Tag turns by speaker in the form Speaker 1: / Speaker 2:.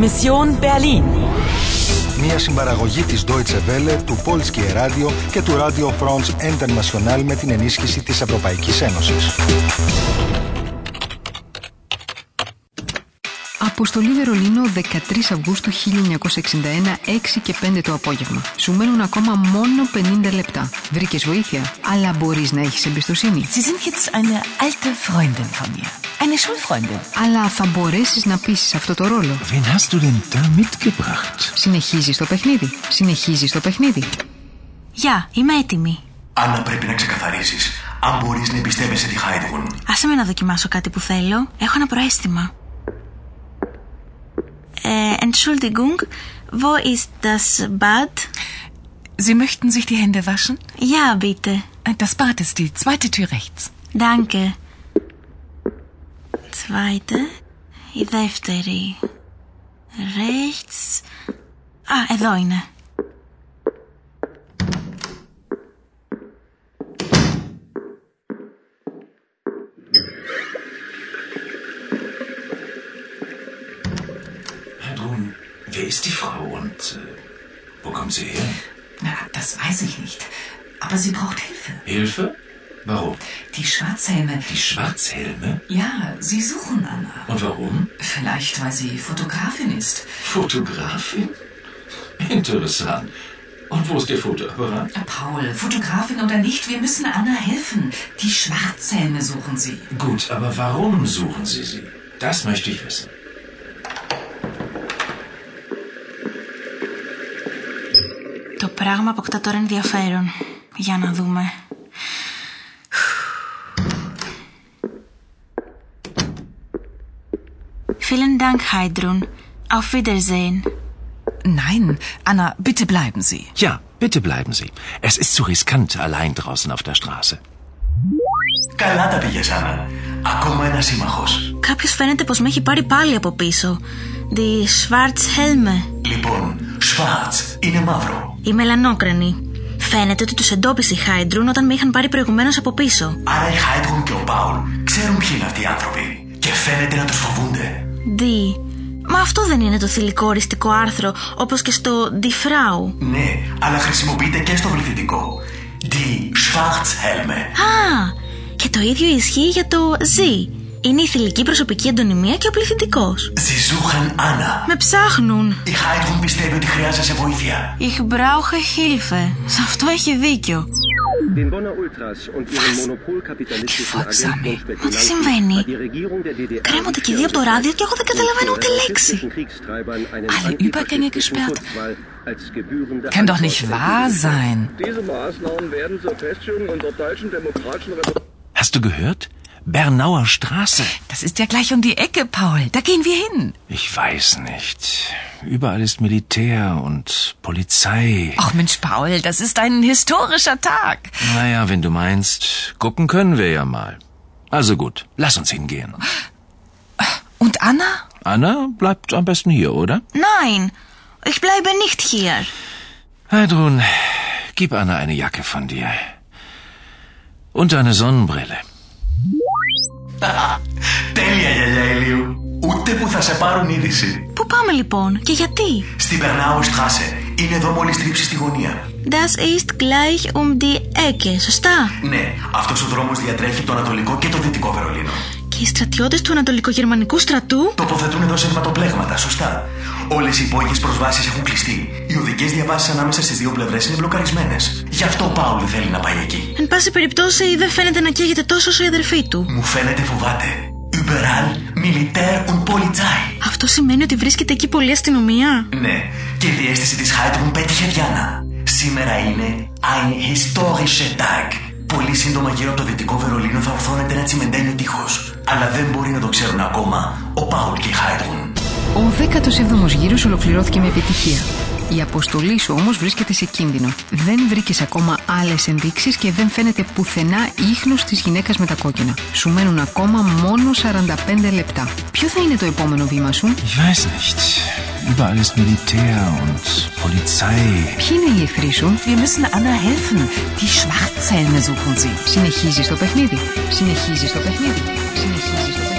Speaker 1: Mission Berlin.
Speaker 2: Μια συμπαραγωγή της Deutsche Welle, του Polskie Radio και του Radio France International με την ενίσχυση της Ευρωπαϊκής Ένωσης.
Speaker 3: Αποστολή Βερολίνο 13 Αυγούστου 1961, 6 και 5 το απόγευμα. Σου μένουν ακόμα μόνο 50 λεπτά. Βρήκες βοήθεια, αλλά μπορείς να έχεις εμπιστοσύνη.
Speaker 4: Sie sind jetzt eine alte Freundin von mir. Eine Schulfreundin.
Speaker 3: Αλλά θα μπορέσεις να πείσεις αυτό το ρόλο.
Speaker 5: Wen hast du denn da mitgebracht?
Speaker 3: Συνεχίζεις το παιχνίδι. Συνεχίζεις το παιχνίδι.
Speaker 6: Γεια, είμαι έτοιμη.
Speaker 7: Άννα, πρέπει να ξεκαθαρίσεις αν μπορείς να εμπιστεύεσαι τη Χάιντγουν.
Speaker 6: Άσε με να δοκιμάσω κάτι που θέλω. Έχω ένα προαίσθημα. Ε, Entschuldigung, wo ist das Bad?
Speaker 4: Sie möchten sich die Hände waschen? Äh,
Speaker 6: Ja, bitte.
Speaker 4: Das Bad ist die zweite Tür rechts.
Speaker 6: Danke. Zweite. Η δεύτερη. Rechts. Α, εδώ είναι.
Speaker 7: Heidrun, wer ist die Frau und äh, wo kommt sie her?
Speaker 8: Na, das weiß ich nicht. Aber sie braucht Hilfe.
Speaker 7: Hilfe? Warum?
Speaker 8: Die Schwarzhelme.
Speaker 7: Die Schwarzhelme?
Speaker 8: Ja, sie suchen Anna.
Speaker 7: Und warum?
Speaker 8: Vielleicht, weil sie Fotografin ist.
Speaker 7: Fotografin? Interessant. Und wo ist Ihr Fotoapparat?
Speaker 8: Paul, Fotografin oder nicht, wir müssen Anna helfen. Die Schwarzhelme suchen sie.
Speaker 7: Gut, aber warum suchen Sie sie? Das möchte ich wissen.
Speaker 6: Το πράγμα αποκτά τώρα ενδιαφέρον. Για να δούμε. Vielen Dank, Heidrun. Auf Wiedersehen.
Speaker 4: Nein, Anna, bitte bleiben Sie.
Speaker 5: Ja, bitte bleiben Sie. Es ist zu riskant allein draußen auf der Straße.
Speaker 7: Καλά τα πήγες, Άννα. Ακόμα ένας σύμμαχος.
Speaker 6: Κάποιος φαίνεται πως με έχει πάρει πάλι από πίσω. Die Schwarzhelme.
Speaker 7: Λοιπόν, Σφάτ είναι μαύρο.
Speaker 6: Η μελανόκρανη. Φαίνεται ότι τους εντόπισε η Χάιντρουν όταν με είχαν πάρει προηγουμένως από πίσω.
Speaker 7: Άρα η Χάιντγουν και ο Πάουλ ξέρουν ποιοι είναι αυτοί οι άνθρωποι. Και φαίνεται να τους φοβούνται.
Speaker 6: Δι. Μα αυτό δεν είναι το θηλυκό οριστικό άρθρο, όπως και στο Die Frau.
Speaker 7: Ναι, αλλά χρησιμοποιείται και στο πληθυντικό. Die Schwarzhelme.
Speaker 6: Α, και το ίδιο ισχύει για το Z. Είναι η θηλυκή προσωπική αντωνυμία και ο πληθυντικός.
Speaker 7: Ζιζούχαν Άννα.
Speaker 6: Με ψάχνουν.
Speaker 7: Η Χάιντγουν πιστεύει ότι χρειάζεσαι βοήθεια.
Speaker 6: Ich brauche Hilfe. Σε αυτό έχει δίκιο.
Speaker 9: Den Bonner Ultras und ihren monopolkapitalistischen
Speaker 8: Gewaltsame.
Speaker 9: Agenten stellten
Speaker 6: Was sind wir nie?
Speaker 9: hat die Regierung der DDR
Speaker 6: Κρέμονται και οι δύο από το ράδιο και εγώ δεν καταλαβαίνω ούτε λέξη.
Speaker 9: faschistischen Kriegstreibern einen
Speaker 8: Alle Übergänge
Speaker 9: antifaschistischen
Speaker 8: gesperrt?
Speaker 9: Schutzwall als gebührende
Speaker 4: Kann doch nicht wahr sein.
Speaker 10: Diese Maßnahmen werden zur Feststellung unserer deutschen demokratischen Republik
Speaker 5: Hast du gehört? Bernauer Straße.
Speaker 4: Das ist ja gleich um die Ecke, Paul. Da gehen wir hin.
Speaker 5: Ich weiß nicht. Überall ist Militär und Polizei.
Speaker 4: Ach Mensch, Paul, das ist ein historischer Tag.
Speaker 5: Naja, wenn du meinst, gucken können wir ja mal. Also gut, lass uns hingehen.
Speaker 4: Und Anna?
Speaker 5: Anna bleibt am besten hier, oder?
Speaker 6: Nein, ich bleibe nicht hier.
Speaker 5: Heidrun, gib Anna eine Jacke von dir. Und eine Sonnenbrille.
Speaker 7: Τέλεια γιαγιά ηλίου. Ούτε που θα σε πάρουν είδηση.
Speaker 6: Πού πάμε λοιπόν και γιατί?
Speaker 7: Στην Περνάου Στράσε. Είναι εδώ μόλις τρίψει στη γωνία.
Speaker 6: Das ist gleich um die Ecke, σωστά.
Speaker 7: Ναι, αυτός ο δρόμος διατρέχει το Ανατολικό και το Δυτικό Βερολίνο.
Speaker 6: Και οι στρατιώτες του Ανατολικογερμανικού στρατού.
Speaker 7: Τοποθετούν εδώ σερματοπλέγματα, σωστά. Όλες οι υπόγειες προσβάσεις έχουν κλειστεί. Οι οδικές διαβάσεις ανάμεσα στις δύο πλευρές είναι μπλοκαρισμένες. Γι' αυτό ο Πάουλ θέλει να πάει εκεί.
Speaker 6: Εν πάση περιπτώσει, δεν φαίνεται να καίγεται τόσο όσο η αδερφή του.
Speaker 7: Μου φαίνεται φοβάται. Überall Militär und Polizei.
Speaker 6: Αυτό σημαίνει ότι βρίσκεται εκεί πολλή αστυνομία.
Speaker 7: Ναι, και η διέστηση της Χάιτμουν πέτυχε Διάννα. Σήμερα είναι ein historischer Tag. Πολύ σύντομα γύρω από το δυτικό Βερολίνο θα ορθώνεται ένα τσιμεντένιο τείχος. Αλλά δεν μπορεί να το ξέρουν ακόμα ο Πάουλ και η Χάιτμουν.
Speaker 3: Ο 17ο γύρος ολοκληρώθηκε με επιτυχία. Η αποστολή σου όμως βρίσκεται σε κίνδυνο. Δεν βρήκες ακόμα άλλες ενδείξεις και δεν φαίνεται πουθενά ίχνος της γυναίκας με τα κόκκινα. Σου μένουν ακόμα μόνο 45 λεπτά. Ποιο θα είναι το επόμενο βήμα σου,
Speaker 5: Ich weiß nicht. Überall ist Militär und Polizei.
Speaker 3: Ποιοι είναι οι εχθροί σου,
Speaker 8: Wir müssen Anna helfen. Die Schwarzhelme suchen sie.
Speaker 3: Συνεχίζει το παιχνίδι. Συνεχίζει το παιχνίδι. Συνεχίζει το παιχνίδι.